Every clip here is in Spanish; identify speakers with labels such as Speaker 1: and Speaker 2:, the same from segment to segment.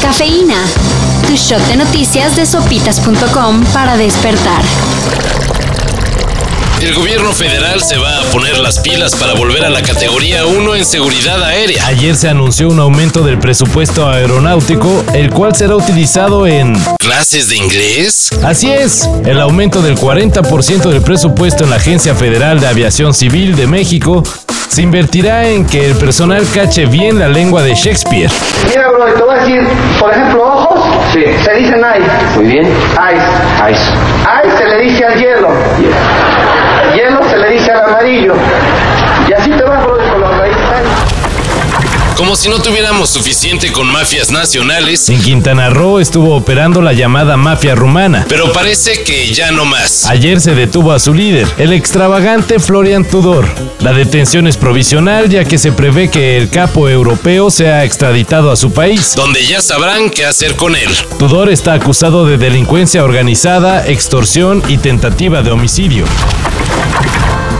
Speaker 1: Cafeína. Tu shot de noticias de sopitas.com para despertar.
Speaker 2: El gobierno federal se va a poner las pilas para volver a la categoría 1 en seguridad aérea.
Speaker 3: Ayer se anunció un aumento del presupuesto aeronáutico, el cual será utilizado en...
Speaker 2: ¿Clases de inglés?
Speaker 3: Así es, el aumento del 40% del presupuesto en la Agencia Federal de Aviación Civil de México se invertirá en que el personal cache bien la lengua de Shakespeare.
Speaker 4: Mira, bro, te voy a decir, por ejemplo, ojos,
Speaker 5: Sí.
Speaker 4: se dicen eyes.
Speaker 5: Muy bien.
Speaker 4: Eyes.
Speaker 5: Ice.
Speaker 4: Eyes se le dice al hielo. Hielo se le dice al amarillo. Y así te vas, bro, con los raíces.
Speaker 2: Como si no tuviéramos suficiente con mafias nacionales,
Speaker 3: En Quintana Roo estuvo operando la llamada mafia rumana.
Speaker 2: pero parece que ya no más.
Speaker 3: Ayer se detuvo a su líder, el extravagante Florian Tudor. La detención es provisional ya que se prevé que el capo europeo sea extraditado a su país.
Speaker 2: Donde ya sabrán qué hacer con él.
Speaker 3: Tudor está acusado de delincuencia organizada, extorsión y tentativa de homicidio.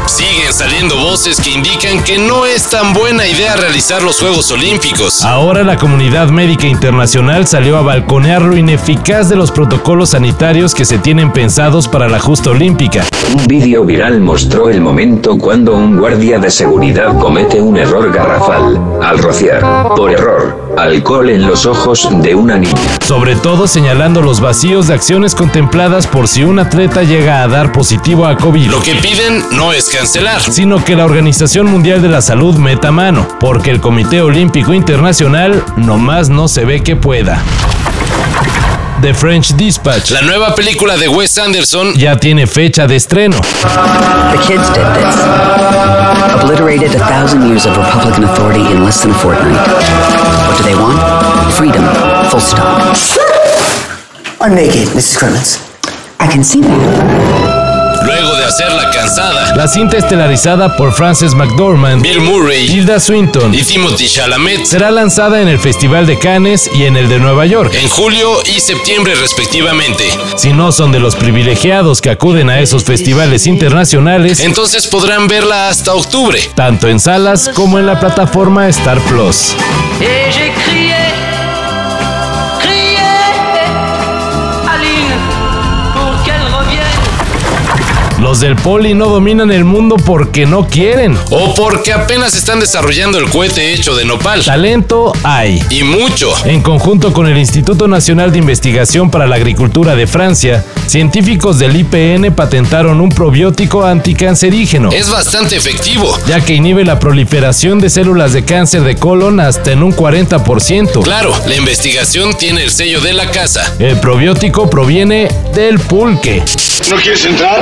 Speaker 2: Siguen saliendo voces que indican que no es tan buena idea realizar los Juegos Olímpicos.
Speaker 3: Ahora la comunidad médica internacional salió a balconear lo ineficaz de los protocolos sanitarios que se tienen pensados para la justa olímpica.
Speaker 6: Un vídeo viral mostró el momento cuando un guardia de seguridad comete un error garrafal, al rociar, por error, alcohol en los ojos de una niña.
Speaker 3: Sobre todo señalando los vacíos de acciones contempladas por si un atleta llega a dar positivo a COVID.
Speaker 2: Lo que piden no es cancelar,
Speaker 3: sino que la Organización Mundial de la Salud meta mano, porque el Comité Olímpico Internacional nomás no se ve que pueda. The French Dispatch
Speaker 2: La nueva película de Wes Anderson
Speaker 3: ya tiene fecha de estreno.
Speaker 7: The kids did this. Obliterated a thousand years of Republican authority in less than a fortnight. What do they want? Freedom. Full stop.
Speaker 8: I'm naked, Mrs. Crimmins.
Speaker 7: I can see that.
Speaker 2: Luego de hacerla cansada,
Speaker 3: La cinta estelarizada por Frances McDormand,
Speaker 2: Bill Murray
Speaker 3: Hilda Swinton,
Speaker 2: y Timothy Chalamet
Speaker 3: será lanzada en el Festival de Cannes y en el de Nueva York.
Speaker 2: en julio y septiembre respectivamente.
Speaker 3: Si no son de los privilegiados que acuden a esos festivales internacionales,
Speaker 2: Entonces podrán verla hasta octubre.
Speaker 3: tanto en salas como en la plataforma Star Plus.
Speaker 9: Et j'ai crié, crié, Aline, pour qu'elle revienne.
Speaker 3: Los del Poli no dominan el mundo porque no quieren.
Speaker 2: O porque apenas están desarrollando el cohete hecho de nopal.
Speaker 3: Talento hay.
Speaker 2: Y mucho.
Speaker 3: En conjunto con el Instituto Nacional de Investigación para la Agricultura de Francia, científicos del IPN patentaron un probiótico anticancerígeno,
Speaker 2: Es bastante efectivo.
Speaker 3: ya que inhibe la proliferación de células de cáncer de colon hasta en un 40%.
Speaker 2: Claro, la investigación tiene el sello de la casa.
Speaker 3: El probiótico proviene del pulque.
Speaker 10: ¿No quieres entrar?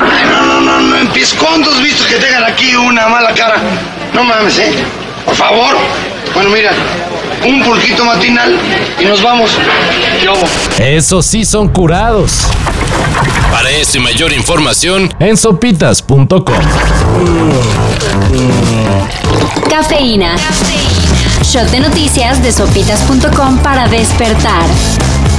Speaker 10: Ay, no, no, no, no empieces. ¿Cuántos vistos que tengan aquí una mala cara? No mames, ¿eh? Por favor. Bueno, mira, un pulquito matinal y nos vamos. ¿Qué hubo?
Speaker 3: Esos sí son curados.
Speaker 2: Para eso y mayor información,
Speaker 3: En sopitas.com.
Speaker 1: Cafeína. Shot de noticias de sopitas.com para despertar.